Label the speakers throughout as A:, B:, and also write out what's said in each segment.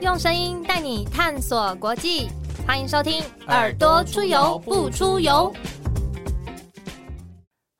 A: 用声音带你探索国际，欢迎收听《耳朵出游不出游》。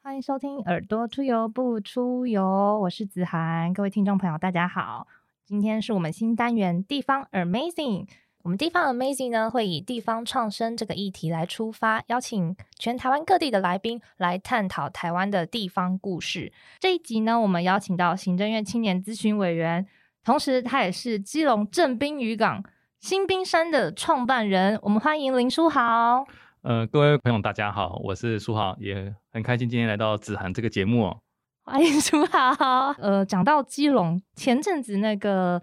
A: 欢迎收听《耳朵出游不出游》，我是子涵，各位听众朋友，大家好。今天是我们新单元“地方 Amazing”。我们地方 Amazing 呢，会以地方创生这个议题来出发，邀请全台湾各地的来宾来探讨台湾的地方故事。这一集呢，我们邀请到行政院青年咨询委员，同时他也是基隆正滨渔港新冰山的创办人。我们欢迎林书豪。
B: 呃，各位朋友，大家好，我是舒豪，也很开心今天来到子涵这个节目哦。
A: 欢迎书豪。 呃，讲到基隆，前阵子那个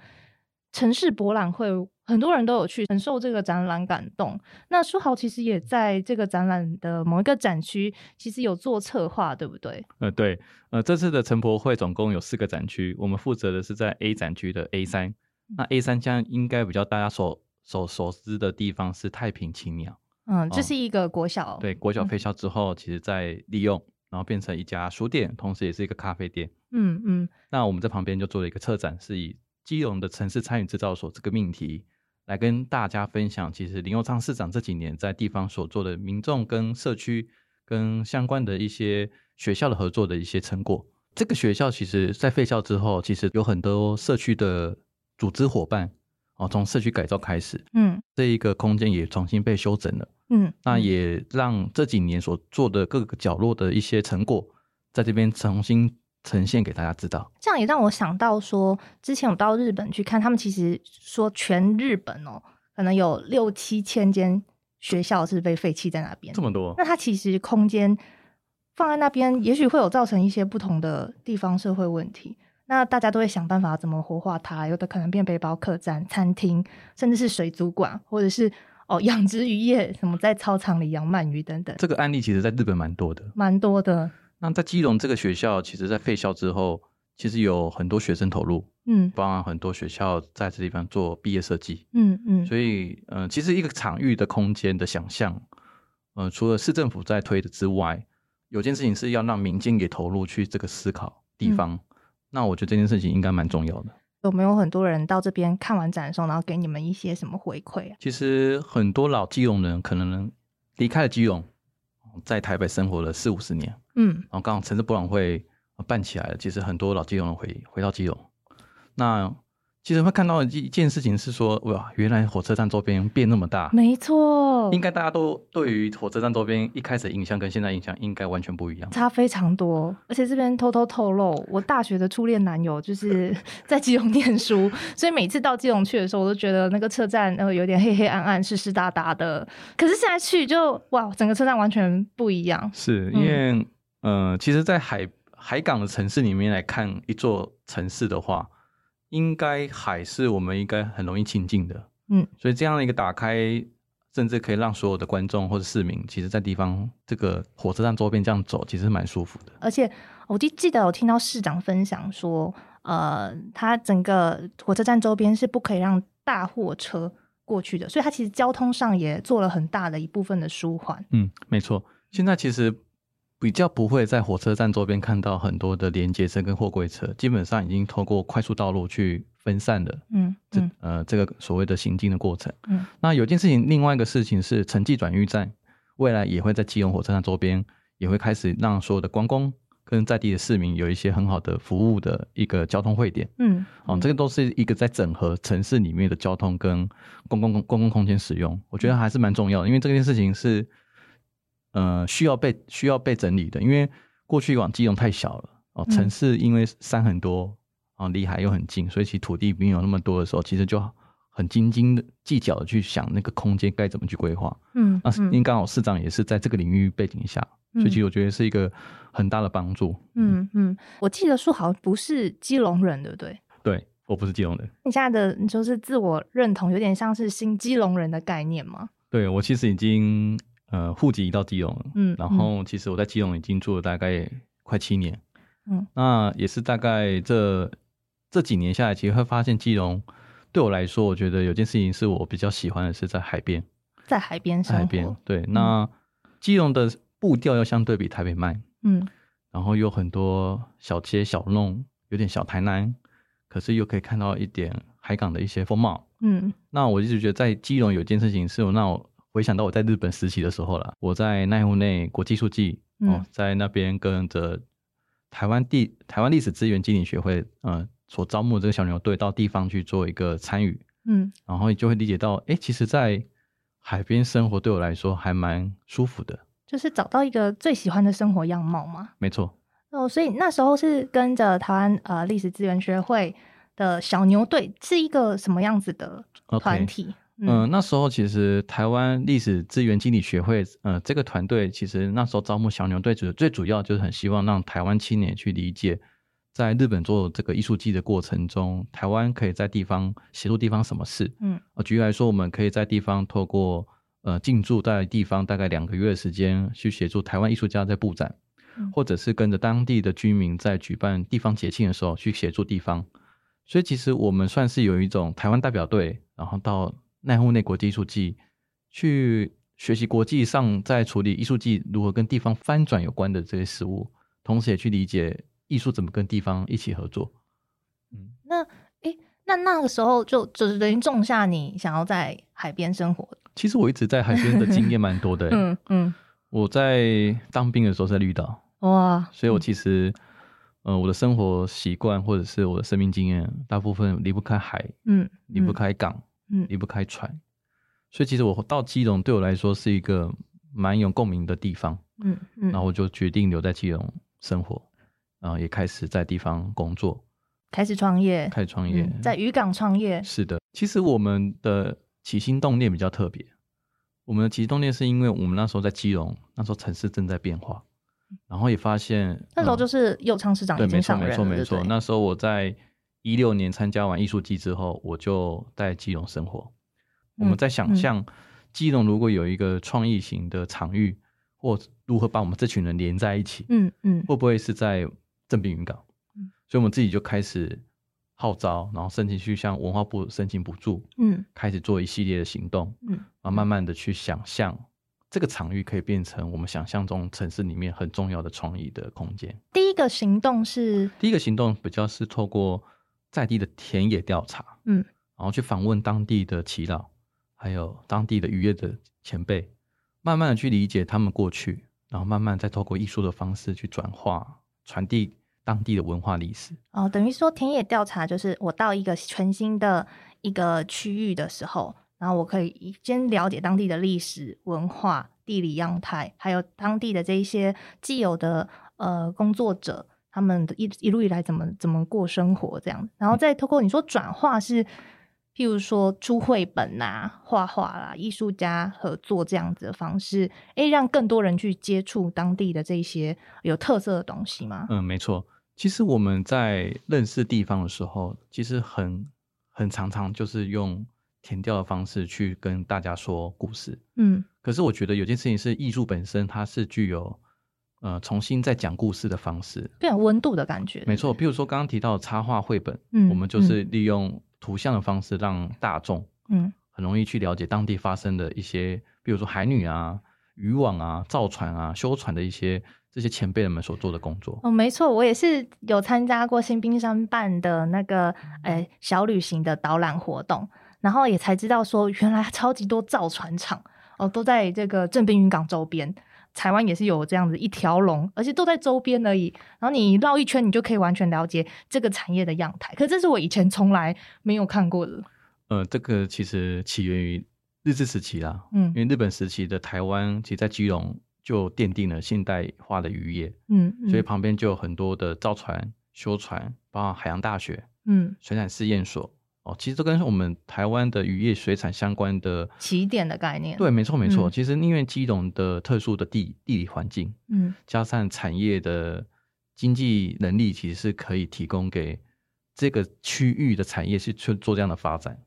A: 城市博览会，很多人都有去，很受这个展览感动。那书豪其实也在这个展览的某一个展区，其实有做策划，对不对？
B: 呃，对，呃，这次的城博会总共有四个展区，我们负责的是在 A 展区的 A 三。那 A 三现在应该比较大家所所所知的地方是太平青鸟，
A: 嗯，这
B: 哦
A: 是一个国小，
B: 对，国小
A: 嗯
B: 废校之后，其实在利用，然后变成一家书店，同时也是一个咖啡店。
A: 嗯嗯
B: 那我们在旁边就做了一个策展，是以基隆的城市参与制造所这个命题来跟大家分享，其实林佑昌市长这几年在地方所做的民众跟社区跟相关的一些学校的合作的一些成果。这个学校其实在废校之后，其实有很多社区的组织伙伴哦，从社区改造开始，
A: 嗯
B: 这一个空间也重新被修整了。
A: 嗯，
B: 那
A: 嗯
B: 也让这几年所做的各个角落的一些成果，在这边重新呈现给大家知道。
A: 这样也让我想到说，之前我到日本去看，他们其实说全日本哦，可能有六七千间学校是被废弃在那边。
B: 么多
A: 那它其实空间放在那边，也许会有造成一些不同的地方社会问题。那大家都会想办法怎么活化它，有的可能变背包客栈、餐厅，甚至是水族馆，或者是哦养殖渔业，什么在操场里养鳗鱼等等，
B: 这个案例其实在日本蛮多的。
A: 蛮多的。
B: 那在基隆这个学校，其实在废校之后，其实有很多学生投入，
A: 嗯
B: 包含很多学校在这地方做毕业设计。
A: 嗯嗯，
B: 所以，呃，其实一个场域的空间的想象，呃，除了市政府在推的之外，有件事情是要让民间也投入去这个思考地方。那我觉得这件事情应该蛮重要的。
A: 有没有很多人到这边看完展的时候，然后给你们一些什么回馈啊？
B: 其实很多老基隆人可能离开了基隆，在台北生活了四五十年，
A: 嗯
B: 然后刚好城市博览会呃办起来了，其实很多老基隆人回回到基隆，那其实会看到一件事情是说，哇，原来火车站周边变那么大，
A: 没错，
B: 应该大家都对于火车站周边一开始的印象跟现在印象应该完全不一样。
A: 差非常多。而且这边偷偷透露，我大学的初恋男友就是 在基隆念书，所以每次到基隆去的时候，我都觉得那个车站呃有点黑黑暗暗、湿湿哒哒的。可是现在去就哇，整个车站完全不一样。
B: 是因为，呃，其实，在海海港的城市里面来看一座城市的话，应该海是我们应该很容易亲近的，
A: 嗯，
B: 所以这样的一个打开，甚至可以让所有的观众或者市民，其实在地方这个火车站周边这样走，其实蛮舒服的。
A: 而且我记记得我听到市长分享说，呃，他整个火车站周边是不可以让大货车过去的，所以它其实交通上也做了很大的一部分的舒缓。
B: 嗯，没错，现在其实。比较不会在火车站周边看到很多的连接车跟货柜车，基本上已经透过快速道路去分散了
A: 嗯
B: 这、
A: 嗯
B: 呃这个所谓的行进的过程。
A: 嗯，
B: 那有件事情，另外一个事情是城际转运站，未来也会在基隆火车站周边也会开始让所有的观光跟在地的市民有一些很好的服务的一个交通汇点。
A: 嗯，
B: 哦，这个都是一个在整合城市里面的交通跟公共公共空间使用，我觉得还是蛮重要的，因为这件事情是呃需要被需要被整理的，因为过去往基隆太小了哦，
A: 嗯
B: 城市因为山很多哦，离海又很近，所以其实土地没有那么多的时候，其实就很斤斤的计较的去想那个空间该怎么去规划。
A: 嗯，
B: 那因为
A: 嗯
B: 刚好市长也是在这个领域背景下，所以其实我觉得是一个很大的帮助。，
A: 嗯嗯，我记得书豪不是基隆人，对不对？
B: 对我不是基隆人。
A: 你现在的你就是自我认同，有点像是新基隆人的概念嘛？
B: 对我其实已经呃户籍移到基隆了，
A: 嗯
B: 然
A: 嗯
B: 后其实我在基隆已经住了大概快七年，
A: 嗯，
B: 那也是大概这这几年下来，其实会发现基隆对我来说，我觉得有件事情是我比较喜欢的是在海边，
A: 在海边
B: 在
A: 生活，
B: 海边，对，那基隆的步调要相对比台北慢，
A: 嗯
B: 然后有很多小街小弄，有点小台南，可是又可以看到一点海港的一些风貌。
A: 嗯
B: 那我一直觉得在基隆有一件事情是我让我回想到我在日本实习的时候了。我在奈户内国际术记哦
A: 嗯，
B: 在那边跟着台湾地台湾历史资源经理学会呃所招募的这个小牛队到地方去做一个参与，
A: 嗯
B: 然后你就会理解到，哎，其实，在海边生活对我来说还蛮舒服的。
A: 就是找到一个最喜欢的生活样貌嘛。
B: 没错，
A: 哦，所以那时候是跟着台湾呃历史资源学会的小牛队是一个什么样子的
B: OK
A: 团体？
B: 嗯、那时候其实台湾历史资源经理学会，呃，这个团队其实那时候招募小牛队主最主要就是很希望让台湾青年去理解，在日本做这个艺术季的过程中，台湾可以在地方协助地方什么事。
A: 嗯
B: 呃，举例来说，我们可以在地方透过呃进驻在地方大概两个月的时间，去协助台湾艺术家在布展
A: 嗯，
B: 或者是跟着当地的居民在举办地方节庆的时候去协助地方。所以其实我们算是有一种台湾代表队，然后到奈户内国际艺术季去学习国际上在处理艺术季如何跟地方翻转有关的这些事物，同时也去理解艺术怎么跟地方一起合作。嗯，
A: 那诶，那那个时候就就是等于种下你想要在海边生活。，
B: 其实我一直在海边的经验蛮多的、欸
A: 嗯嗯，
B: 我在当兵的时候在绿岛，
A: 哇，
B: 所以我其实，呃，我的生活习惯或者是我的生命经验，大部分离不开海，
A: 嗯，
B: 离不
A: 嗯
B: 开港，
A: 嗯
B: 离不开船。所以其实我到基隆对我来说是一个蛮有共鸣的地方，
A: 嗯嗯，
B: 然后我就决定留在基隆生活，然后也开始在地方工作，
A: 开始创业，
B: 开始创业。
A: 嗯，在渔港创业。
B: 是的，其实我们的起心动念比较特别。我们的起心动念是因为我们那时候在基隆，那时候城市正在变化，然后也发现
A: 那时候
B: 嗯
A: 就是右昌市长
B: 对，
A: 已经
B: 没错，
A: 上任
B: 没
A: 了，
B: 错，没
A: 对不
B: 错。
A: 对
B: 那时候我在一六年参加完艺术季之后，我就在基隆生活。我
A: 嗯
B: 们在想
A: 嗯
B: 象基隆如果有一个创意型的场域，或如何把我们这群人连在一起，
A: 嗯嗯
B: 会不会是在正滨云港
A: 嗯？
B: 所以我们自己就开始号召，然后申请去向文化部申请补助，
A: 嗯
B: 开始做一系列的行动，
A: 嗯
B: 然后慢慢的去想象这个场域可以变成我们想象中城市里面很重要的创意的空间。
A: 第一个行动是
B: 第一个行动比较是透过在地的田野调查，
A: 嗯，
B: 然后去访问当地的耆老，还有当地的渔业的前辈，慢慢的去理解他们过去，然后慢慢再透过艺术的方式去转化、传递当地的文化历史。
A: 哦，等于说田野调查就是我到一个全新的一个区域的时候，然后我可以先了解当地的历史文化、地理样态，还有当地的这一些既有的呃工作者。他们的一一路以来怎么怎么过生活这样，然后再透过你说转化是，譬如说出绘本呐、画画啦、艺术家合作这样子的方式，诶，让更多人去接触当地的这一些有特色的东西吗？
B: 嗯，没错。其实我们在认识地方的时候，其实很很常常就是用填调的方式去跟大家说故事。
A: 嗯
B: 可是我觉得有件事情是，艺术本身它是具有呃重新再讲故事的方式。
A: 更有温度的感觉。
B: 没错，譬如说刚刚提到的插画绘本，
A: 嗯
B: 我们就是利用图像的方式让大众
A: 嗯
B: 很容易去了解当地发生的一些，比如说海女啊、渔网啊、造船啊、修船的一些这些前辈们所做的工作。
A: 哦，没错，我也是有参加过新冰山办的那个呃小旅行的导览活动，然后也才知道说，原来超级多造船厂哦都在这个正滨渔港周边。台湾也是有这样子一条龙，而且都在周边而已。然后你绕一圈，你就可以完全了解这个产业的样态。可这是我以前从来没有看过的。
B: 呃，这个其实起源于日治时期啦，
A: 嗯
B: 因为日本时期的台湾，其实在基隆就奠定了现代化的渔业，
A: 嗯，嗯
B: 所以旁边就有很多的造船、修船，包括海洋大学、
A: 嗯
B: 水产试验所哦，其实都跟我们台湾的渔业、水产相关的。
A: 起点的概念。
B: 对，，没错没错。
A: 嗯
B: 其实因为基隆的特殊的地地理环境，
A: 嗯
B: 加上产业的经济能力，其实是可以提供给这个区域的产业是去做这样的发展。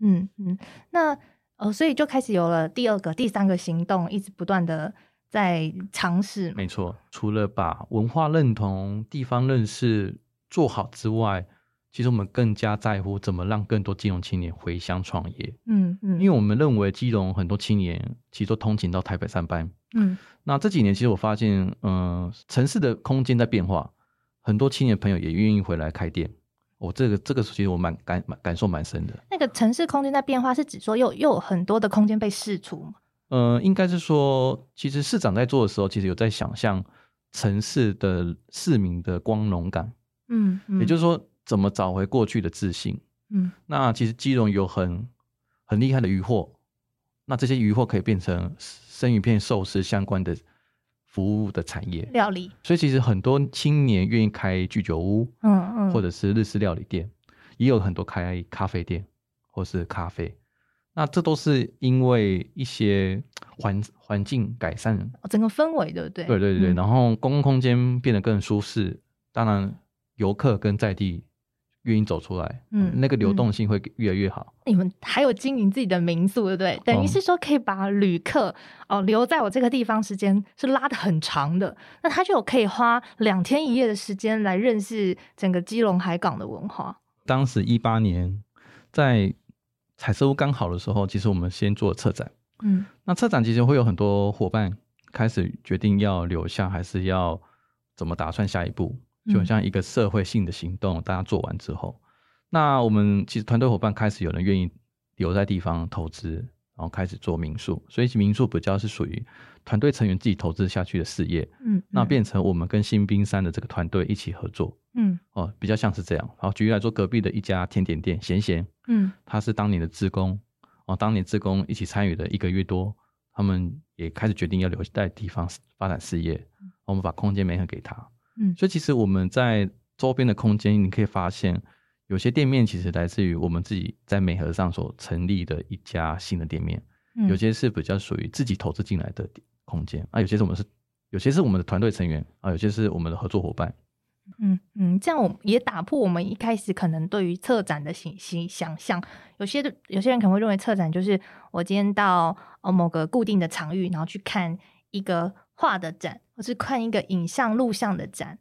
A: 嗯嗯，那呃，所以就开始有了第二个、第三个行动，一直不断的在尝试嘛。
B: 没错，除了把文化认同、地方认识做好之外，其实我们更加在乎怎么让更多基隆青年回乡创业，
A: 嗯嗯，
B: 因为我们认为基隆很多青年其实都通勤到台北上班。
A: 嗯
B: 那这几年其实我发现，呃嗯、城市的空间在变化，很多青年朋友也愿意回来开店，我、这个这个其实我蛮感蛮感受蛮深的。
A: 那个城市空间在变化，是指说又又有很多的空间被释出吗？
B: 呃，应该是说，其实市长在做的时候，其实有在想象城市的市民的光荣感，
A: 嗯，嗯
B: 也就是说，怎么找回过去的自信。
A: 嗯
B: 那其实基隆有很很厉害的渔获，那这些渔获可以变成生鱼片、寿司相关的服务的产业，
A: 料理，
B: 所以其实很多青年愿意开居酒屋，
A: 嗯嗯，
B: 或者是日式料理店，也有很多开咖啡店或是咖啡。那这都是因为一些环环境改善，
A: 哦整个氛围对不对？
B: 对对对，
A: 嗯
B: 然后公共空间变得更舒适，当然游客跟在地愿意走出来，
A: 嗯
B: 那个流
A: 嗯
B: 动性会越来越好。
A: 你们还有经营自己的民宿，对不对？等于
B: 嗯
A: 是说可以把旅客哦留在我这个地方时间是拉的很长的，那他就有可以花两天一夜的时间来认识整个基隆海港的文化。
B: 当时一八年在彩色屋刚好的时候，其实我们先做策展。
A: 嗯
B: 那策展其实会有很多伙伴开始决定要留下，还是要怎么打算下一步，
A: 嗯
B: 就很像一个社会性的行动。大家做完之后，那我们其实团队伙伴开始有人愿意留在地方投资，然后开始做民宿，所以民宿比较是属于团队成员自己投资下去的事业。
A: 嗯，
B: 那
A: 嗯
B: 变成我们跟新冰山的这个团队一起合作，
A: 嗯
B: 哦，比较像是这样。好，举例来说，隔壁的一家甜点店咸咸，
A: 嗯
B: 他是当年的职工哦，当年职工一起参与的一个月多，他们也开始决定要留在地方发展事业，我们把空间媒合给他。
A: 嗯
B: 所以其实我们在周边的空间，你可以发现有些店面其实来自于我们自己在媒合上所成立的一家新的店面，
A: 嗯，
B: 有些是比较属于自己投资进来的空间啊，有些是我们是有些是我们的团队成员啊，有些是我们的合作伙伴。
A: 嗯嗯，这样我们也打破我们一开始可能对于策展的想想想象。有些有些人可能会认为策展就是我今天到呃某个固定的场域，然后去看一个画的展，或是看一个影像、录像的展。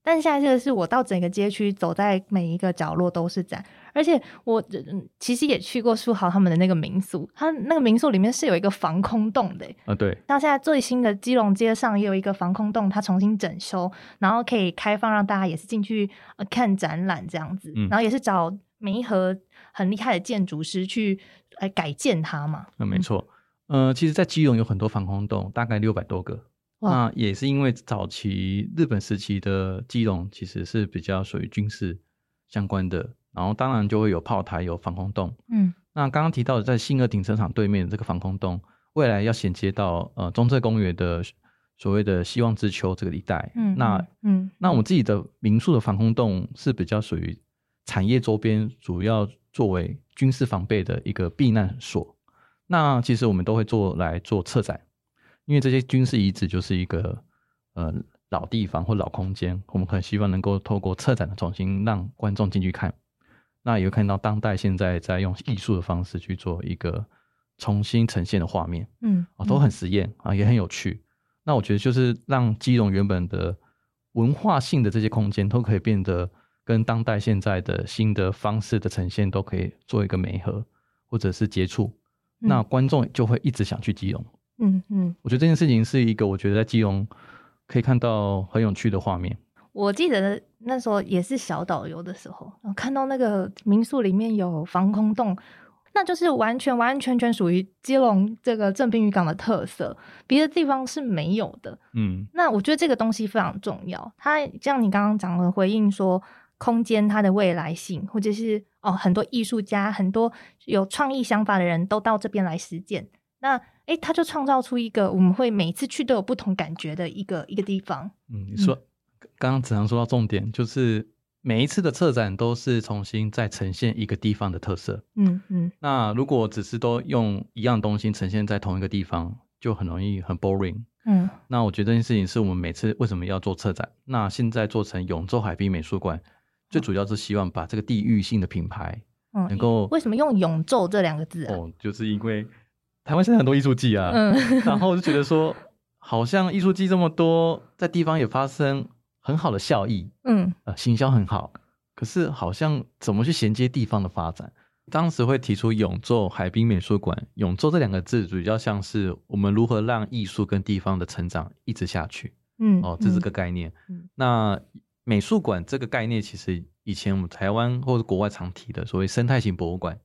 A: 但是现在这个是我到整个街区，走在每一个角落都是展，而且我嗯其实也去过书豪他们的那个民宿，他那个民宿里面是有一个防空洞的欸，
B: 啊，对，
A: 那现在最新的基隆街上也有一个防空洞，它重新整修，然后可以开放让大家也是进去、呃、看展览这样子，
B: 嗯
A: 然后也是找梅和很厉害的建筑师去来改建它嘛。
B: 那嗯没错。呃，其实，在基隆有很多防空洞，大概六百多个。
A: 哇
B: 那也是因为早期日本时期的基隆其实是比较属于军事相关的，然后当然就会有炮台、有防空洞。
A: 嗯
B: 那刚刚提到的在新二停车场对面的这个防空洞，未来要衔接到呃中正公园的所谓的希望之丘这个一带。
A: 嗯，
B: 那
A: 嗯
B: 那我们自己的民宿的防空洞是比较属于产业周边，主要作为军事防备的一个避难所。那其实我们都会做来做策展，因为这些军事遗址就是一个呃老地方或老空间，我们很希望能够透过策展的重新让观众进去看。那也会看到当代现在在用艺术的方式去做一个重新呈现的画面。
A: 嗯
B: 啊，都很实验啊，也很有趣。那我觉得就是让基隆原本的文化性的这些空间都可以变得跟当代现在的新的方式的呈现都可以做一个媒合或者是接触，
A: 嗯
B: 那观众就会一直想去基隆。
A: 嗯嗯，
B: 我觉得这件事情是一个我觉得在基隆可以看到很有趣的画面。
A: 我记得那时候也是小导游的时候，我看到那个民宿里面有防空洞，那就是完全完完全全属于基隆这个正滨渔港的特色，别的地方是没有的。
B: 嗯，
A: 那我觉得这个东西非常重要。它像你刚刚讲的回应说，空间它的未来性，或者是哦，很多艺术家、很多有创意想法的人都到这边来实践。那诶，它就创造出一个我们会每次去都有不同感觉的一个一个地方。
B: 嗯，你说刚刚子航说到重点，就是每一次的策展都是重新再呈现一个地方的特色。
A: 嗯嗯
B: 那如果只是都用一样东西呈现在同一个地方，就很容易很 boring。
A: 嗯
B: 那我觉得这件事情是我们每次为什么要做策展？那现在做成永州海滨美术馆，最主要是希望把这个地域性的品牌
A: 嗯，
B: 能够、
A: 为什么用“永昼”这两个字啊？
B: 哦，就是因为台湾现在很多艺术季啊，
A: 嗯
B: 然后我就觉得说，好像艺术季这么多，在地方也发生很好的效益，
A: 嗯
B: 呃，行销很好，可是好像怎么去衔接地方的发展？当时会提出永昼海滨美术馆“永昼”这两个字，主要像是我们如何让艺术跟地方的成长一直下去。哦
A: 嗯
B: 哦，这是个概念。
A: 嗯
B: 那美术馆这个概念其实以前我们台湾或者国外常提的所谓生态型博物馆，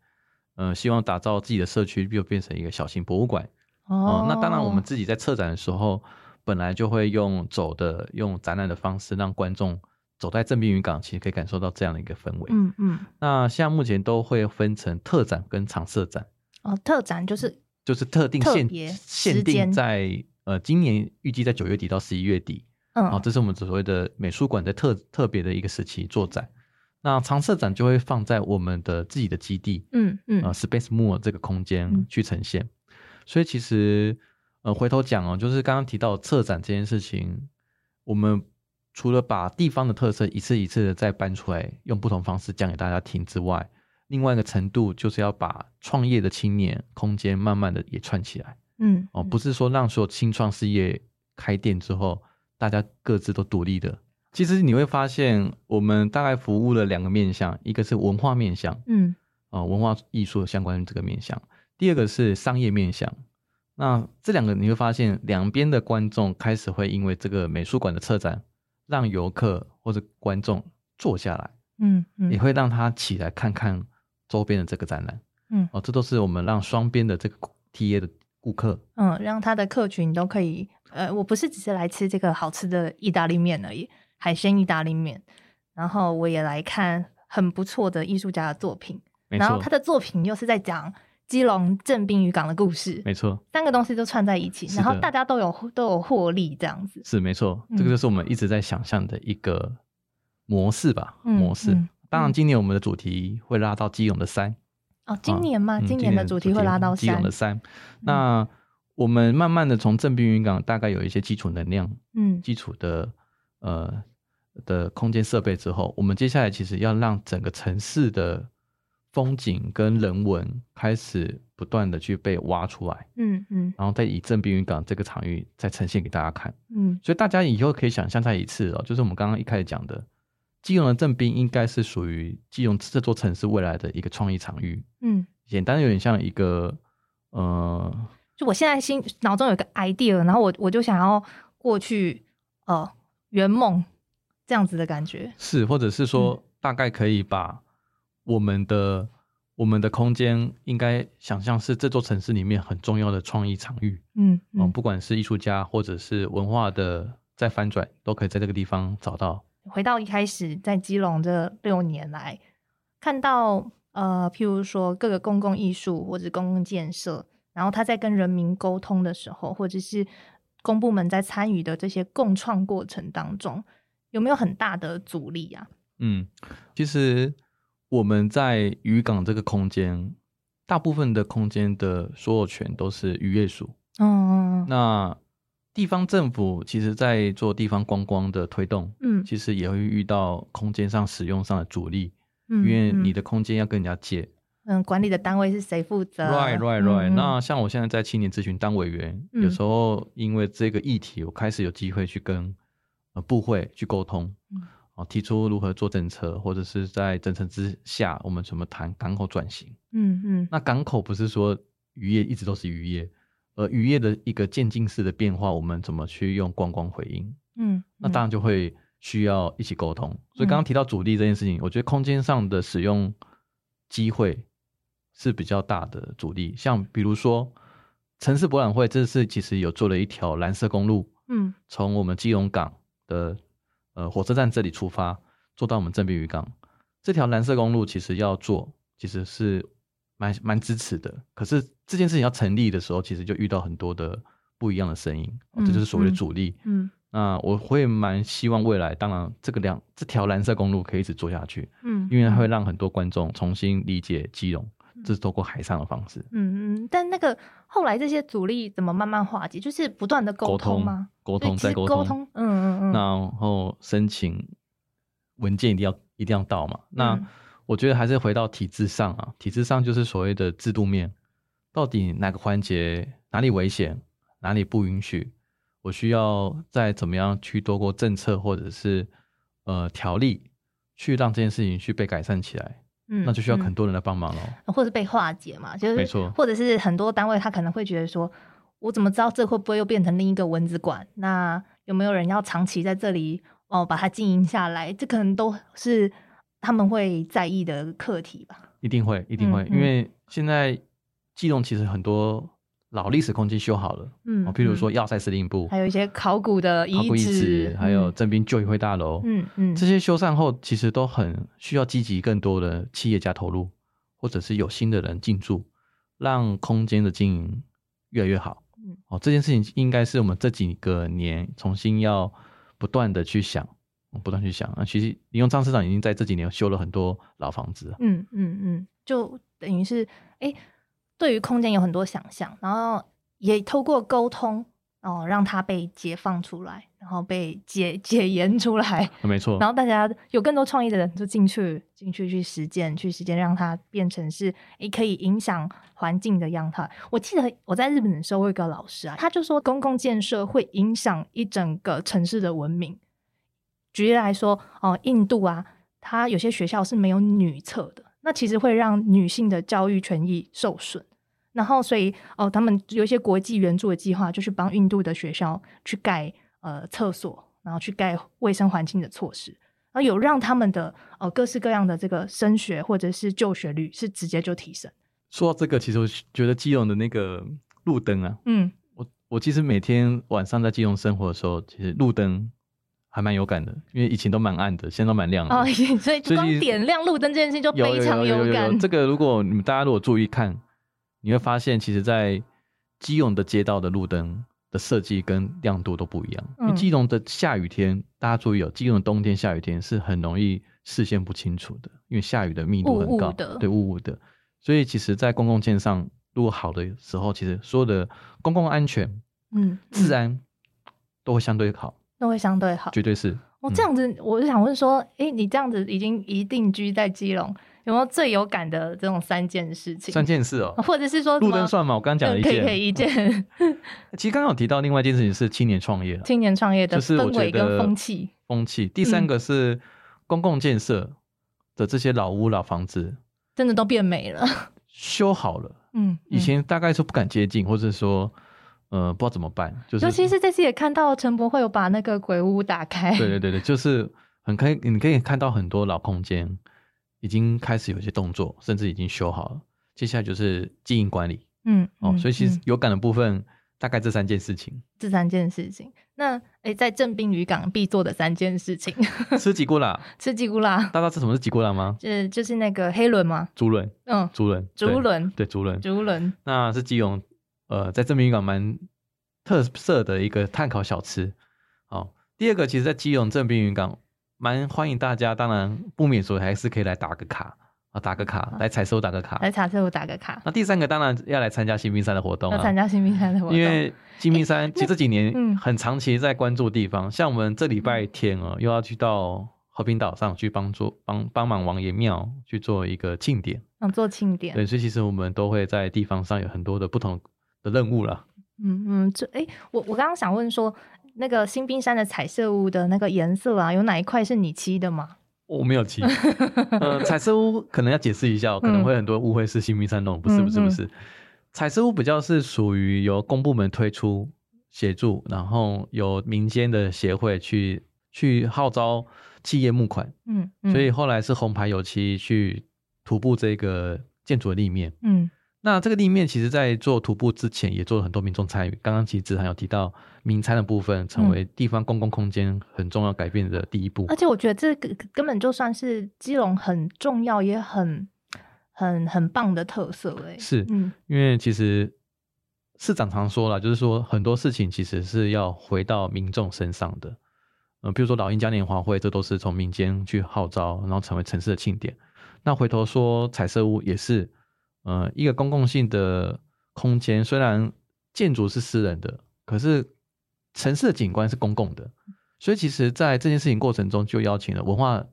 B: 呃，希望打造自己的社区，就变成一个小型博物馆。哦，那当然，我们自己在策展的时候，本来就会用走的、用展览的方式，让观众走在正滨渔港，其实可以感受到这样的一个氛围。
A: 嗯嗯，
B: 那现在目前都会分成特展跟常设展，
A: 哦，特展就是
B: 就是特定
A: 特
B: 限
A: 别时
B: 限
A: 间
B: 定在呃今年预计在九月底到十一月底，哦
A: 嗯
B: 好、这是我们所谓的美术馆在特特别的一个时期做展。那常设展就会放在我们的自己的基地，
A: 嗯嗯
B: 呃 Space Moor 这个空
A: 嗯
B: 间去呈现。所以其实呃回头讲哦，就是刚刚提到策展这件事情，我们除了把地方的特色一次一次的再搬出来，用不同方式讲给大家听之外，另外一个程度就是要把创业的青年空间慢慢的也串起来
A: 嗯
B: 哦，不是说让所有新创事业开店之后，大家各自都独立的。其实你会发现，我们大概服务了两个面向，一个是文化面向，
A: 嗯
B: 呃文化艺术相关这个面向，第二个是商业面向。那这两个你会发现，两边的观众开始会因为这个美术馆的策展，让游客或者观众坐下来，
A: 嗯嗯，
B: 也会让他起来看看周边的这个展览。
A: 嗯
B: 哦，这都是我们让双边的这个 T A 的顾客，
A: 嗯，让他的客群都可以，呃，我不是只是来吃这个好吃的意大利面而已，海鲜意大利面，然后我也来看很不错的艺术家的作品，
B: 没
A: 然后
B: 错
A: 他，的作品又是在讲基隆镇滨渔港的故事，
B: 没错，
A: 三个东西都串在一起，
B: 是
A: 然后
B: 的
A: 大家都有都有获利这样子，
B: 是没错，
A: 嗯
B: 这个就是我们一直在想象的一个模式吧，
A: 嗯
B: 模式。
A: 嗯
B: 当然，今年我们的主题会拉到基隆的山。
A: 哦，今年嘛，
B: 嗯
A: 今年的主题会拉到
B: 基隆
A: 山
B: 的，山。那我们慢慢的从正滨渔港大概有一些基础能量、
A: 嗯
B: 基础的呃的空间设备之后，我们接下来其实要让整个城市的风景跟人文开始不断的去被挖出来，
A: 嗯嗯
B: 然后再以正滨渔港这个场域再呈现给大家看。
A: 嗯
B: 所以大家以后可以想象再一次哦，就是我们刚刚一开始讲的。基隆的正滨应该是属于基隆这座城市未来的一个创意场域，
A: 嗯，
B: 简单有点像一个呃，
A: 就我现在心脑中有个 idea，然后我我就想要过去，呃，圆梦这样子的感觉，
B: 是或者是说、大概可以把我们的我们的空间应该想象是这座城市里面很重要的创意场域
A: 嗯嗯
B: 哦，不管是艺术家或者是文化的再翻转，都可以在这个地方找到。
A: 回到一开始，在基隆这六年来，看到呃，譬如说各个公共艺术或者公共建设，然后他在跟人民沟通的时候，或者是公部门在参与的这些共创过程当中，有没有很大的阻力啊？
B: 嗯，其实我们在渔港这个空间，大部分的空间的所有权都是渔业署。
A: 嗯
B: 那地方政府其实在做地方观光的推动，
A: 嗯
B: 其实也会遇到空间上使用上的阻力，
A: 嗯
B: 因为你的空间要跟人家借。
A: 嗯管理的单位是谁负责
B: right right
A: 嗯
B: right、
A: 嗯
B: 那像我现在在青年咨询当委员，
A: 嗯
B: 有时候因为这个议题，我开始有机会去跟呃部会去沟通
A: 嗯，
B: 哦、提出如何做政策，或者是在政策之下，我们怎么谈港口转型。
A: 嗯嗯
B: 那港口不是说渔业一直都是渔业，而渔业的一个渐进式的变化，我们怎么去用观光回应？
A: 嗯，
B: 那当然就会需要一起沟通。所以刚刚提到阻力这件事情，我觉得空间上的使用机会是比较大的阻力。像比如说城市博览会，这次其实有做了一条蓝色公路，
A: 嗯
B: 从我们基隆港的呃火车站这里出发，坐到我们正滨渔港。这条蓝色公路其实要做，其实是蛮蛮支持的。可是这件事情要成立的时候，其实就遇到很多的不一样的声音，哦这就是所谓的阻力。
A: 嗯
B: 那我会蛮希望未来，当然这个两这条蓝色公路可以一直做下去，
A: 嗯，
B: 因为它
A: 嗯
B: 会让很多观众重新理解基隆，这是透过海上的方式
A: 嗯嗯，但那个后来这些阻力怎么慢慢化解？就是不断的沟
B: 沟
A: 通吗所
B: 通？、沟
A: 以
B: 通
A: 其实
B: 再沟
A: 沟通，嗯嗯嗯
B: 然后申请文件一定要一定要到嘛。那
A: 嗯
B: 我觉得还是回到体制上啊，体制上就是所谓的制度面，到底哪个环节哪里危险，哪里不允许，我需要再怎么样去多过政策或者是呃条例，去让这件事情去被改善起来，
A: 嗯，
B: 那就需要
A: 嗯
B: 很多人来帮忙了。
A: 或是被化解嘛，就是
B: 没错
A: 或者是很多单位他可能会觉得说，我怎么知道这会不会又变成另一个蚊子馆？那有没有人要长期在这里哦把它经营下来？这可能都是他们会在意的课题吧？
B: 一定会，一定会，
A: 嗯
B: 因为现在基隆其实很多老历史空迹修好了，
A: 嗯
B: 哦，譬如说
A: 嗯
B: 要塞司令部、
A: 还有一些考古的
B: 考古遗址
A: 址，，
B: 还有征兵旧议会大楼，
A: 嗯嗯
B: 这些修缮后，其实都很需要积极更多的企业家投入，或者是有新的人进驻，让空间的经营越来越好。
A: 嗯
B: 哦，这件事情应该是我们这几个年重新要不断的去想，不断地去想。啊，其实林用张市长已经在这几年修了很多老房子了。
A: 嗯嗯嗯，就等于是哎、诶对于空间有很多想象，然后也透过沟通哦，让它被解放出来，然后被解解严出来，
B: 没错
A: 然，后大家有更多创意的人就进去进去去实践，去实践让它变成是诶可以影响环境的样态。我记得我在日本的时候，我有一个老师啊，他就说公共建设会影响一整个城市的文明。举例来说，哦、印度啊，它有些学校是没有女厕的，那其实会让女性的教育权益受损。然后，所以哦、他们有一些国际援助的计划，就是帮印度的学校去盖呃厕所，然后去盖卫生环境的措施，然后有让他们的呃各式各样的这个升学或者是就学率是直接就提升。
B: 说到这个，其实我觉得基隆的那个路灯啊，
A: 嗯，
B: 我我其实每天晚上在基隆生活的时候，其实路灯还蛮有感的，因为以前都蛮暗的，现在都蛮亮的。
A: 哦， 所以就
B: 嗯所以
A: 光
B: 你
A: 点亮路灯这件事情就
B: 有
A: 非常
B: 有有有
A: 感。
B: 有这个如果你们大家如果注意看，你会发现，其实，在基隆的街道的路灯的设计跟亮度都不一样。因为
A: 嗯
B: 基隆的下雨天，大家注意哦，基隆的冬天下雨天是很容易视线不清楚的，因为下雨的密度很
A: 雾雾
B: 高，
A: 的
B: 对雾雾的。所以其实，在公共线上，如果好的时候，其实所有的公共安全、
A: 嗯，
B: 治安都会相对好，
A: 那会相对好。
B: 绝对是。
A: 我、
B: 嗯
A: 这样子，我就想问说，诶，你这样子已经一定居在基隆，有没有最有感的这种三件事情？
B: 三件事哦，
A: 或者是说什
B: 路
A: 么嗯
B: 灯算吗？我刚刚讲了一
A: 可以
B: 件，
A: 可以一 件
B: 其实刚刚有提到另外一件事情是青年创业啊，
A: 青年创业的
B: 就是我
A: 氛
B: 觉
A: 围跟
B: 得
A: 风气。嗯
B: 风气。第三个是公共建设的这些老屋、老房子
A: 真的都变美 了，
B: 修好了，
A: 嗯，
B: 以
A: 嗯
B: 前大概是不敢接近，或者说呃不知道怎么办，就是
A: 尤其是这次也看到陈博会有把那个鬼屋打开，
B: 对对对对，就是很可以，你可以看到很多老空间已经开始有一些动作，甚至已经修好了。接下来就是经营管理
A: 嗯，
B: 哦，
A: 嗯
B: 所以其实
A: 嗯
B: 有感的部分大概这三件事情。
A: 这三件事情，那诶，在正滨渔港必做的三件事情，
B: 吃吉古拉，
A: 吃吉古拉，
B: 大家知道什么是吉古拉吗？
A: 这就是那个黑轮嘛，
B: 竹轮，
A: 嗯，
B: 竹轮，对
A: 竹，轮，
B: 对竹轮，
A: 竹轮，
B: 那是基隆呃在正滨渔港蛮特色的一个碳烤小吃。哦，第二个其实，在基隆正滨渔港蛮欢迎大家，当然不免说还是可以来打个卡啊，打个
A: 嗯
B: 卡来采收打个卡。
A: 来茶社我打个卡，
B: 那第三个当然要来参加新兵山的活动
A: 要参
B: 啊。
A: 加新兵山的活动，
B: 因为新兵山其实这几
A: 嗯
B: 年很长期在关注地方，像我们这礼拜天哦，又要去到和平岛上去帮助帮帮忙王爷庙去做一个庆典，
A: 想嗯做庆典，
B: 对，所以其实我们都会在地方上有很多的不同的任务啦。
A: 嗯嗯，这诶，我我刚刚想问说，那个新兵山的彩色屋的那个颜色啊，有哪一块是你漆的吗？
B: 我没 有提，呃，彩色屋可能要解释一下哦，可能会很多误会是新兵山弄，不是
A: 嗯
B: 不是不是，彩色屋比较是属于由公部门推出协助，然后由民间的协会去去号召企业募款，
A: 嗯，嗯
B: 所以后来是红牌油漆去涂布这个建筑的立面。
A: 嗯
B: 那这个立面其实，在做徒步之前，也做了很多民众参与。刚刚其实子涵有提到民参的部分，成为地方公共空间很重要改变的第一步。
A: 嗯而且我觉得这个根本就算是基隆很重要，也很很很棒的特色哎、
B: 是
A: 嗯
B: 因为其实市长常说了，就是说很多事情其实是要回到民众身上的。嗯、比如说老鹰嘉年华会，这都是从民间去号召，然后成为城市的庆典。那回头说彩色屋也是，呃，一个公共性的空间，虽然建筑是私人的，可是城市的景观是公共的，所以其实在这件事情过程中，就邀请了文化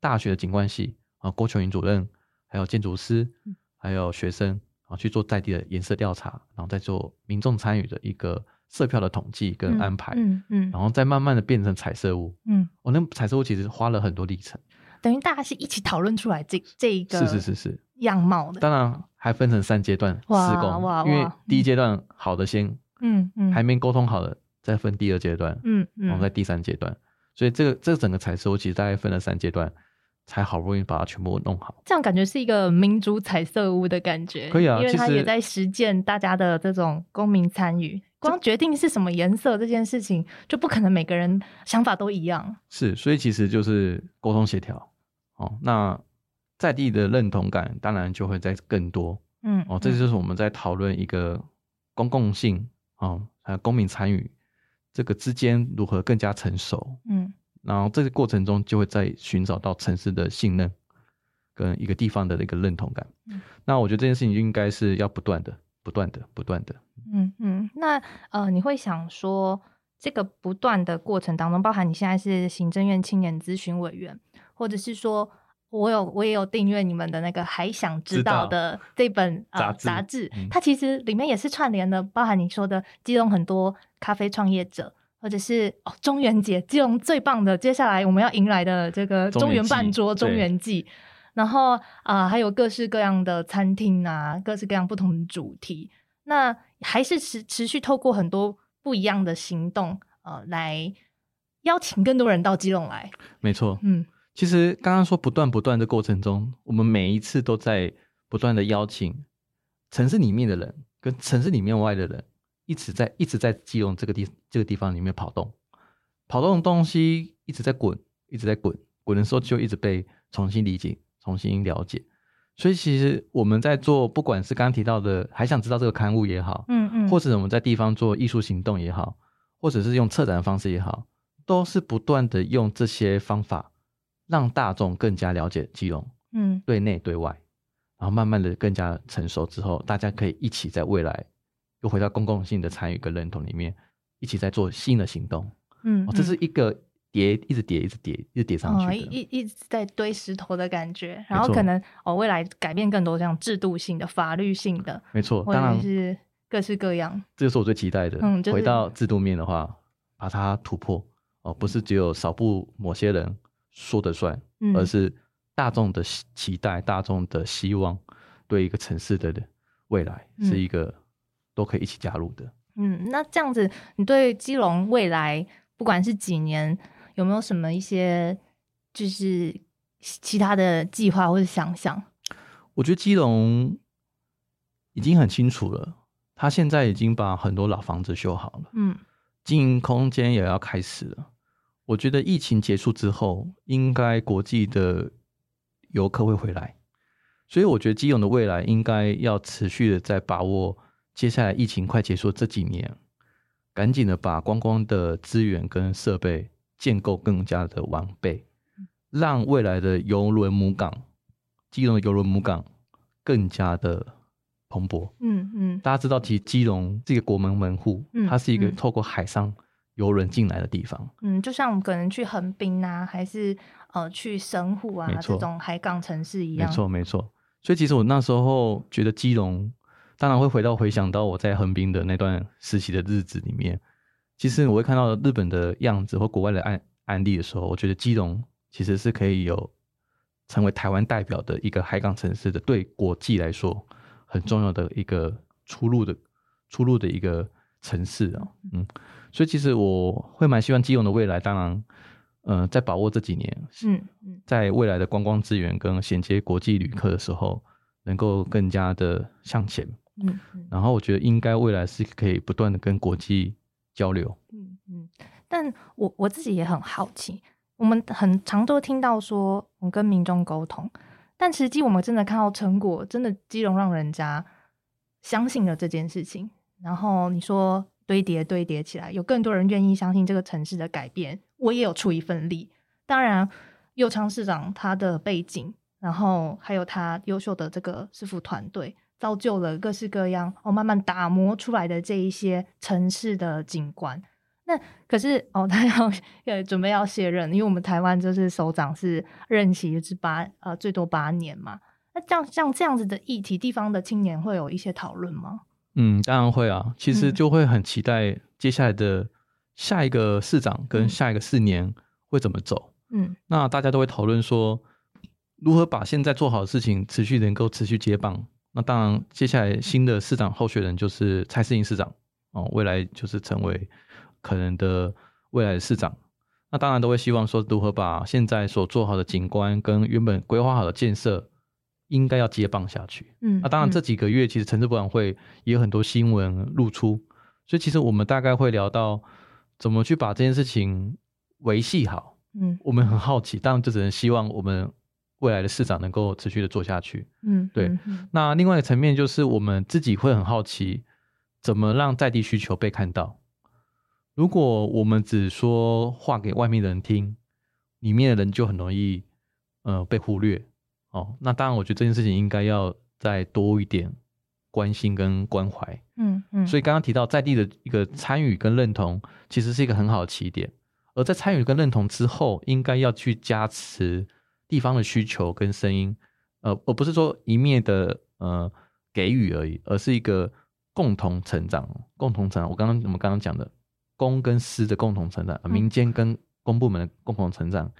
B: 大学的景观系啊郭琼云主任，还有建筑师，
A: 嗯
B: 还有学生啊去做在地的颜色调查，然后再做民众参与的一个色票的统计跟安排，
A: 嗯嗯
B: 然后再慢慢的变成彩色屋。
A: 嗯，
B: 哦，那彩色屋其实花了很多历程，
A: 等于大家是一起讨论出来这这一个
B: 是是是是，
A: 样貌的，
B: 当然还分成三阶段施
A: 哇
B: 工
A: 哇，
B: 因为
A: 哇
B: 第一阶段好的先
A: 嗯嗯
B: 还没沟通好的，再分第二阶段，
A: 嗯
B: 然后在
A: 嗯
B: 第三阶段。所以这个这整个采收其实大概分了三阶段，才好不容易把它全部弄好。
A: 这样感觉是一个民主彩色屋的感觉，
B: 可以啊
A: 因为它
B: 其实
A: 也在实践大家的这种公民参与。光决定是什么颜色这件事情，就不可能每个人想法都一样。
B: 是，所以其实就是沟通协调。哦，那在地的认同感当然就会再更多。
A: 嗯，
B: 哦，这
A: 嗯
B: 就是我们在讨论一个公共性哦，还有公民参与这个之间如何更加成熟。
A: 嗯
B: 然后这个过程中就会在寻找到城市的信任跟一个地方的那个认同感。
A: 嗯
B: 那我觉得这件事情就应该是要不断的、不断的、不断的。
A: 嗯嗯。那呃，你会想说，这个不断的过程当中，包含你现在是行政院青年咨询委员，或者是说。我有，我也有订阅你们的那个《还想知
B: 知
A: 道》
B: 道
A: 的这本呃
B: 杂志
A: 杂志，
B: 嗯
A: 它其实里面也是串联的，包含你说的基隆很多咖啡创业者，或者是哦中元节，基隆最棒的，接下来我们要迎来的这个
B: 中元
A: 中原办
B: 季
A: 桌、中
B: 对
A: 原季，然后啊、呃还有各式各样的餐厅啊，各式各样不同的主题，那还是持持续透过很多不一样的行动，呃，来邀请更多人到基隆来，
B: 没错，
A: 嗯
B: 其实刚刚说不断不断的过程中，我们每一次都在不断的邀请城市里面的人跟城市里面外的人，一直在一直在基隆这个地这个地方里面跑动，跑动的东西一直在滚，一直在滚，滚的时候就一直被重新理解、重新了解。所以其实我们在做，不管是刚刚提到的，还想知道这个刊物也好，
A: 嗯嗯，
B: 或者我们在地方做艺术行动也好，或者是用策展的方式也好，都是不断的用这些方法，让大众更加了解基隆，
A: 嗯
B: 对内对外，然后慢慢的更加成熟之后，大家可以一起在未来又回到公共性的参与跟认同里面，一起在做新的行动。
A: 嗯，
B: 哦、
A: 嗯
B: 这是一个叠，一直叠，一直叠，一直叠上去
A: 哦，一
B: 的。
A: 一一直在堆石头的感觉，然
B: 没
A: 后可
B: 错
A: 能哦，未来改变更多这样制度性的、法律性的，
B: 没错，
A: 或
B: 哦当
A: 者
B: 然
A: 是各式各样。
B: 这就是我最期待的。
A: 嗯就是
B: 回到制度面的话，把它突破哦，不是只有少部某些人说的算，
A: 嗯
B: 而是大众的希期待、大众的希望，对一个城市的未来
A: 嗯
B: 是一个都可以一起加入的。
A: 嗯，那这样子，你对基隆未来不管是几年，有没有什么一些就是其其他的计划或者想象？
B: 我觉得基隆已经很清楚了，他现在已经把很多老房子修好了。
A: 嗯
B: 经营空间也要开始了。我觉得疫情结束之后，应该国际的游客会回来，所以我觉得基隆的未来应该要持续的在把握接下来疫情快结束这几年，赶紧的把观光的资源跟设备建构更加的完备，让未来的游轮母港，基隆的游轮母港更加的蓬勃。
A: 嗯嗯
B: 大家知道，其实基隆是一个国门门户，
A: 嗯
B: 它是一个
A: 嗯
B: 透过海上游轮进来的地方。
A: 嗯，就像我们可能去横滨啊，还是呃去神户啊
B: 没
A: 这
B: 错
A: 种海港城市一
B: 没
A: 样。
B: 错，没错。所以其实我那时候觉得基隆，当然会回到回想到我在横滨的那段实习的日子里面，其实我会看到日本的样子或国外的案案例的时候，我觉得基隆其实是可以有成为台湾代表的一个海港城市的，对国际来说很重要的一个出路的出路的一个城市啊、嗯，所以其实我会蛮希望基隆的未来，当然，呃，在把握这几年，
A: 嗯嗯
B: 在未来的观光资源跟衔接国际旅客的时候，能够更加的向前。
A: 嗯嗯
B: 然后我觉得应该未来是可以不断的跟国际交流。
A: 嗯嗯。但我我自己也很好奇，我们很常都听到说我们跟民众沟通，但实际我们真的看到成果，真的基隆让人家相信了这件事情。然后你说堆叠堆叠起来，有更多人愿意相信这个城市的改变，我也有出一份力。当然，右昌市长他的背景，然后还有他优秀的这个师傅团队，造就了各式各样哦，慢慢打磨出来的这一些城市的景观。那可是哦， 他要呃准备要卸任，因为我们台湾就是首长是任期是八呃最多八年嘛。那这样像这样子的议题，地方的青年会有一些讨论吗？
B: 嗯，当然会啊，其实
A: 嗯
B: 就会很期待接下来的下一个市长
A: 嗯
B: 跟下一个四年会怎么走。
A: 嗯
B: 那大家都会讨论说，如何把现在做好的事情持续能够持续接棒。那当然，接下来新的市长候选人就是蔡世英市长哦，未来就是成为可能的未来的市长。那当然都会希望说，如何把现在所做好的景观跟原本规划好的建设，应该要接棒下去。
A: 嗯，
B: 啊那当然这
A: 嗯
B: 几个月其实城市博览会也有很多新闻露出，所以其实我们大概会聊到怎么去把这件事情维系好。
A: 嗯
B: 我们很好奇，当然就只能希望我们未来的市长能够持续的做下去。
A: 嗯，
B: 对
A: 嗯，嗯
B: 那另外一个层面就是我们自己会很好奇，怎么让在地需求被看到。如果我们只说话给外面的人听，里面的人就很容易呃被忽略哦。那当然，我觉得这件事情应该要再多一点关心跟关怀。
A: 嗯嗯，
B: 所
A: 以
B: 以刚刚提到在地的一个参与跟认同，其实是一个很好的起点。而在参与跟认同之后，应该要去加持地方的需求跟声音，呃，而不是说一面的呃给予而已，而是一个共同成长、共同成长。我刚刚我们刚刚讲的公跟私的共同成长，呃
A: 嗯
B: 民间跟公部门的共同成长，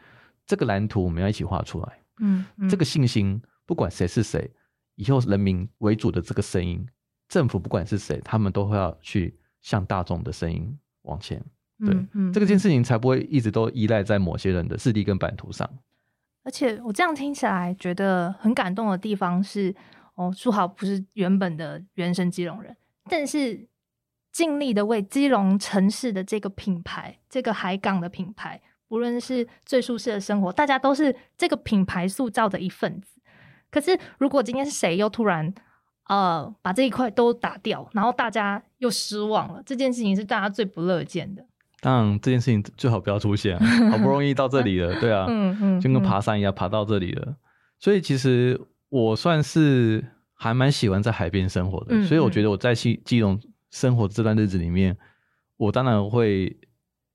B: 这个蓝图我们要一起画出来。
A: 嗯嗯
B: 这个信心，不管谁是谁，以后人民为主的这个声音，政府不管是谁，他们都会要去向大众的声音往前。对
A: 嗯嗯
B: 这个件事情才不会一直都依赖在某些人的势力跟版图上。
A: 而且我这样听起来觉得很感动的地方是，哦，书豪不是原本的原生基隆人，但是尽力的为基隆城市的这个品牌，这个海港的品牌，无论是最舒适的生活，大家都是这个品牌塑造的一份子。可是如果今天是谁又突然呃把这一块都打掉，然后大家又失望了，这件事情是大家最不乐见的。
B: 当然，这件事情最好不要出现、啊，好不容易到这里了，对啊，
A: 嗯嗯，
B: 就
A: 嗯
B: 跟爬山一样，爬到这里了。所以其实我算是还蛮喜欢在海边生活的，
A: 嗯
B: 所以我
A: 嗯
B: 觉得我在西基隆生活这段日子里面，我当然会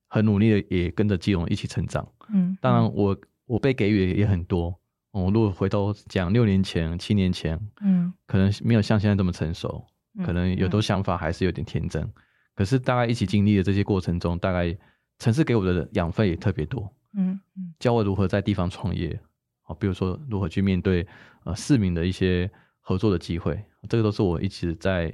B: 很努力的，也跟着基隆一起成长。
A: 嗯，
B: 当然
A: 嗯
B: 我，我被给予也很多。我、如果回头讲六年前、七年前，
A: 嗯
B: 可能没有像现在这么成熟，
A: 嗯
B: 可能
A: 嗯
B: 有的想法还是有点天真。可是大概一起经历的这些过程中，大概城市给我的养分也特别多。
A: 嗯嗯
B: 教我如何在地方创业，啊，比如说如何去面对呃市民的一些合作的机会，这个都是我一直在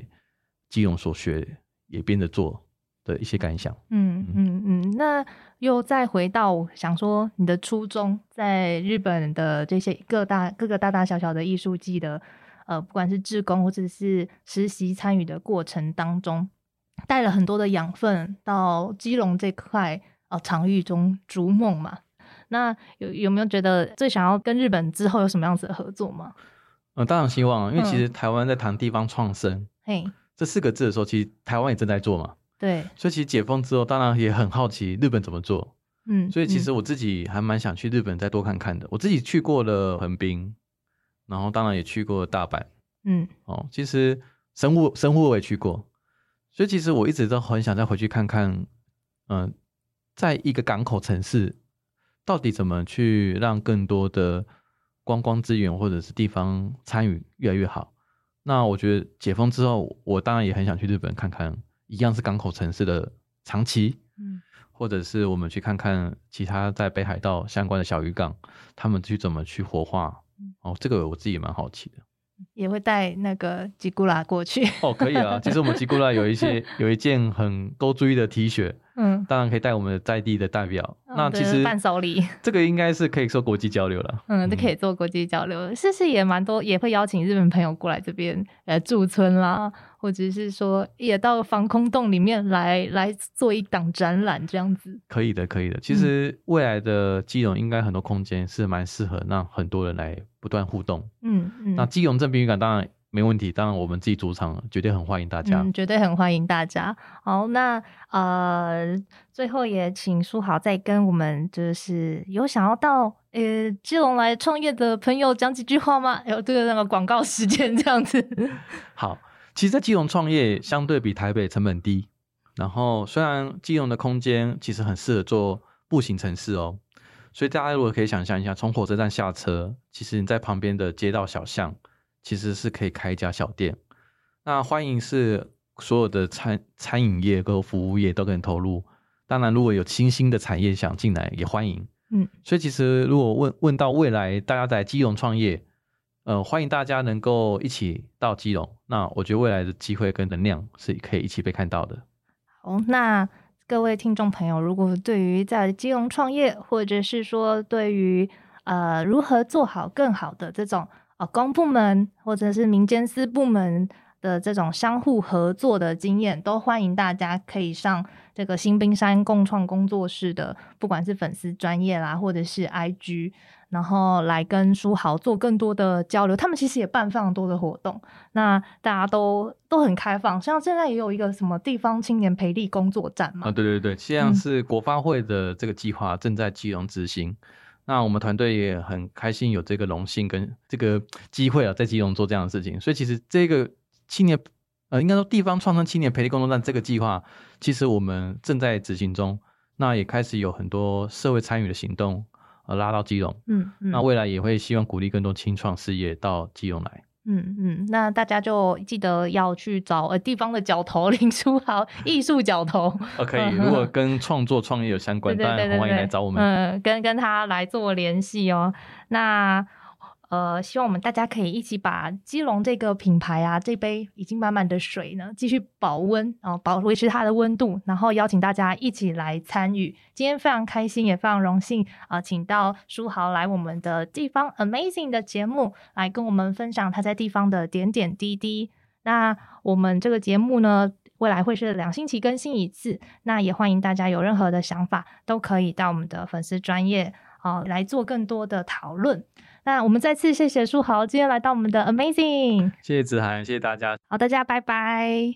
B: 基隆所学，也变着做的一些感想。
A: 嗯嗯嗯，那又再回到想说你的初衷，在日本的这些各大各个大大小小的艺术季的，呃，不管是志工或者是实习参与的过程当中，带了很多的养分到基隆这块呃场域中逐梦嘛。那有有没有觉得最想要跟日本之后有什么样子的合作吗？
B: 嗯、当然希望，因为
A: 嗯
B: 其实台湾在谈地方创生、
A: 嘿，
B: 这四个字的时候，其实台湾也正在做嘛。
A: 对，
B: 所以其实解封之后，当然也很好奇日本怎么做。
A: 嗯，
B: 所以其
A: 嗯
B: 实我自己还蛮想去日本再多看看的。我自己去过了横滨，然后当然也去过大阪。
A: 嗯
B: 哦，其实神户神户我也去过，所以其实我一直都很想再回去看看，嗯、在一个港口城市，到底怎么去让更多的观光资源或者是地方参与越来越好。那我觉得解封之后，我当然也很想去日本看看，一样是港口城市的长崎，
A: 嗯
B: 或者是我们去看看其他在北海道相关的小渔港，他们去怎么去活化
A: 嗯。
B: 哦，这个我自己也蛮好奇的。
A: 也会带那个吉古拉过去，
B: 哦，可以啊。其实我们吉古拉有一些有一件很勾注意的 T 恤，
A: 嗯，
B: 当然可以带我们的在地的代表。
A: 哦
B: 那
A: 对
B: 其实
A: 伴手礼
B: 这个应该是可以说国际交流了。
A: 嗯，都可以做国际交流，是不是也蛮多，也会邀请日本朋友过来这边，呃，驻村啦，或者是说也到防空洞里面来来做一档展览这样子。
B: 可以的，可以的。其
A: 嗯
B: 实未来的基隆应该很多空间是蛮适合让很多人来不断互动。
A: 嗯嗯，
B: 那基隆镇滨渔港当然没问题，当然我们自己主场绝对很欢迎大家。
A: 嗯，绝对很欢迎大家。好，那呃，最后也请书豪再跟我们就是有想要到呃基隆来创业的朋友讲几句话吗？有这个那个广告时间 这样子。
B: 好，其实，在基隆创业相对比台北成本低，然后虽然基隆的空间其实很适合做步行城市哦，所以大家如果可以想象一下，从火车站下车，其实你在旁边的街道小巷，其实是可以开一家小店。那欢迎是所有的餐餐饮业跟服务业都可以投入，当然如果有新兴的产业想进来，也欢迎。
A: 嗯，
B: 所以其实如果问问到未来大家在基隆创业，呃，欢迎大家能够一起到基隆。那我觉得未来的机会跟能量是可以一起被看到的。
A: 好，那各位听众朋友，如果对于在金融创业，或者是说对于呃如何做好更好的这种呃公部门或者是民间私部门的这种相互合作的经验，都欢迎大家可以上这个新冰山共创工作室的，不管是粉丝专业啦，或者是 IG，然后来跟书豪做更多的交流。他们其实也办非常多的活动，那大家都都很开放，像现在也有一个什么地方青年培力工作站嘛，
B: 啊，对对对，现在是国发会的这个计划正在基隆执行。那我们团队也很开心有这个荣幸跟这个机会啊，在基隆做这样的事情。所以其实这个青年呃，应该说地方创生青年培力工作站这个计划，其实我们正在执行中。那也开始有很多社会参与的行动，呃，拉到基隆。
A: 嗯嗯，
B: 那未来也会希望鼓励更多青创事业到基隆来。
A: 嗯嗯，那大家就记得要去找呃地方的角头林书豪艺术角头，
B: 呃，可以，如果跟创作创业有相关，
A: 对
B: 当
A: 对对
B: 然很
A: 对
B: 欢迎
A: 对
B: 来找我们。
A: 嗯，跟跟他来做联系哦。那呃，希望我们大家可以一起把基隆这个品牌啊，这杯已经满满的水呢，继续保温啊、哦保维持它的温度，然后邀请大家一起来参与。今天非常开心，也非常荣幸啊、呃请到书豪来我们的地方 Amazing 的节目来跟我们分享他在地方的点点滴滴。那我们这个节目呢，未来会是两星期更新一次。那也欢迎大家有任何的想法，都可以到我们的粉丝专业哦、呃来做更多的讨论。那我们再次谢谢书豪今天来到我们的 Amazing，
B: 谢谢子涵，谢谢大家，
A: 好，大家拜拜。